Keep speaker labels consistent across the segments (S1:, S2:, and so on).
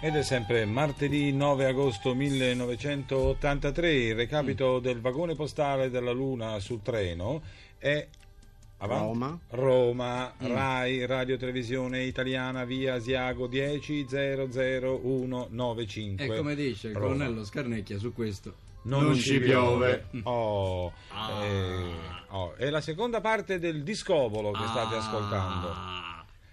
S1: Ed è sempre martedì 9 agosto 1983, il recapito
S2: Mm.
S1: del vagone postale della Luna sul treno è avanti-
S2: Roma. Mm.
S1: Roma, RAI, Radio Televisione Italiana, via Asiago 10 00195.
S3: E come dice il
S1: Roma.
S3: colonnello Scarnecchia su questo.
S1: Non,
S2: Non
S1: ci
S2: ci
S1: piove.
S2: piove. Mm.
S1: Oh,
S3: Ah.
S1: eh, oh, è la seconda parte del discobolo che state ascoltando.
S4: Ah,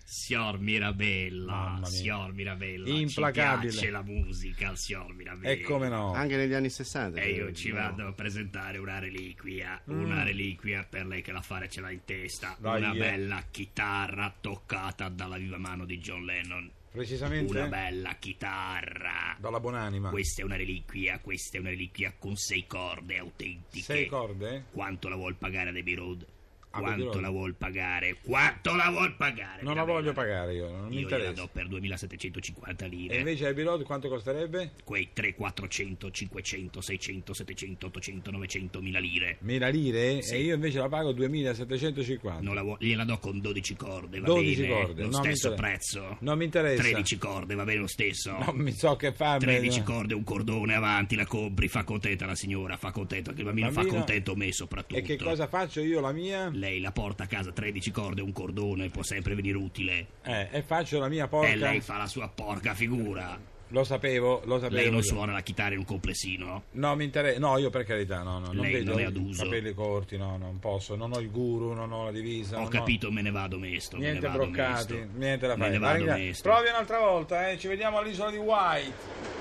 S4: Signor Mirabella,
S1: Mamma mia.
S4: signor Mirabella,
S1: Implacabile.
S4: ci piace la musica, signor Mirabella.
S1: E come no?
S2: Anche negli anni 60.
S4: E Eh, io
S2: credo,
S4: ci
S2: no?
S4: vado a presentare una reliquia,
S1: Mm.
S4: una reliquia per lei che l'affare ce l'ha in testa,
S1: Dai,
S4: una
S1: eh.
S4: bella chitarra toccata dalla viva mano di John Lennon, una
S1: Precisamente
S4: bella chitarra.
S1: dalla buonanima.
S4: Questa è una reliquia, questa è una reliquia con sei corde autentiche.
S1: Sei corde?
S4: Quanto la vuol pagare Abbey Road?
S1: Abbey
S4: Quanto
S1: Road.
S4: la vuol pagare? Quanto la vuol pagare?
S1: Ah, Non la
S4: Mirabella?
S1: voglio pagare io, non mi
S4: Io gliela
S1: interessa.
S4: do per 2750 lire.
S1: E invece ai piloti quanto costerebbe?
S4: Quei 3, 400, 500, 600, 700, 800, 900 mila lire.
S1: 1000 lire e io invece la pago 2750.
S4: Non la vuol- gliela do con 12 corde, va
S1: 12
S4: bene?
S1: corde,
S4: Lo
S1: non mi
S4: stesso
S1: interessa.
S4: prezzo.
S1: Non mi interessa.
S4: 13 corde, va bene lo stesso.
S1: Non mi so che farmi.
S4: 13 corde, un cordone avanti, la compri, fa contenta la signora, fa contento anche il bambino,
S1: Bambino,
S4: fa contento me soprattutto.
S1: E che cosa faccio io la mia?
S4: Lei la porta a casa 13 corde, un cordone, può sempre venire utile.
S1: Eh, e faccio la mia
S4: E
S1: porca.
S4: Eh, lei fa la sua porca figura.
S1: Lo sapevo, lo sapevo.
S4: Lei non
S1: io.
S4: suona la chitarra in un complessino?
S1: No, mi interessa. No, io per carità, no, no, non
S4: Lei
S1: vedo
S4: non è ad
S1: i
S4: uso.
S1: capelli corti, no, non posso, non ho il guru, non ho la divisa. non
S4: Ho
S1: ho-
S4: capito, me ne vado mesto. me
S1: Niente
S4: ne vado
S1: broccati,
S4: mesto.
S1: niente da
S4: Me
S1: fare.
S4: ne vado
S1: Guarda,
S4: mesto.
S1: Provi un'altra volta, eh, ci vediamo all'isola di White.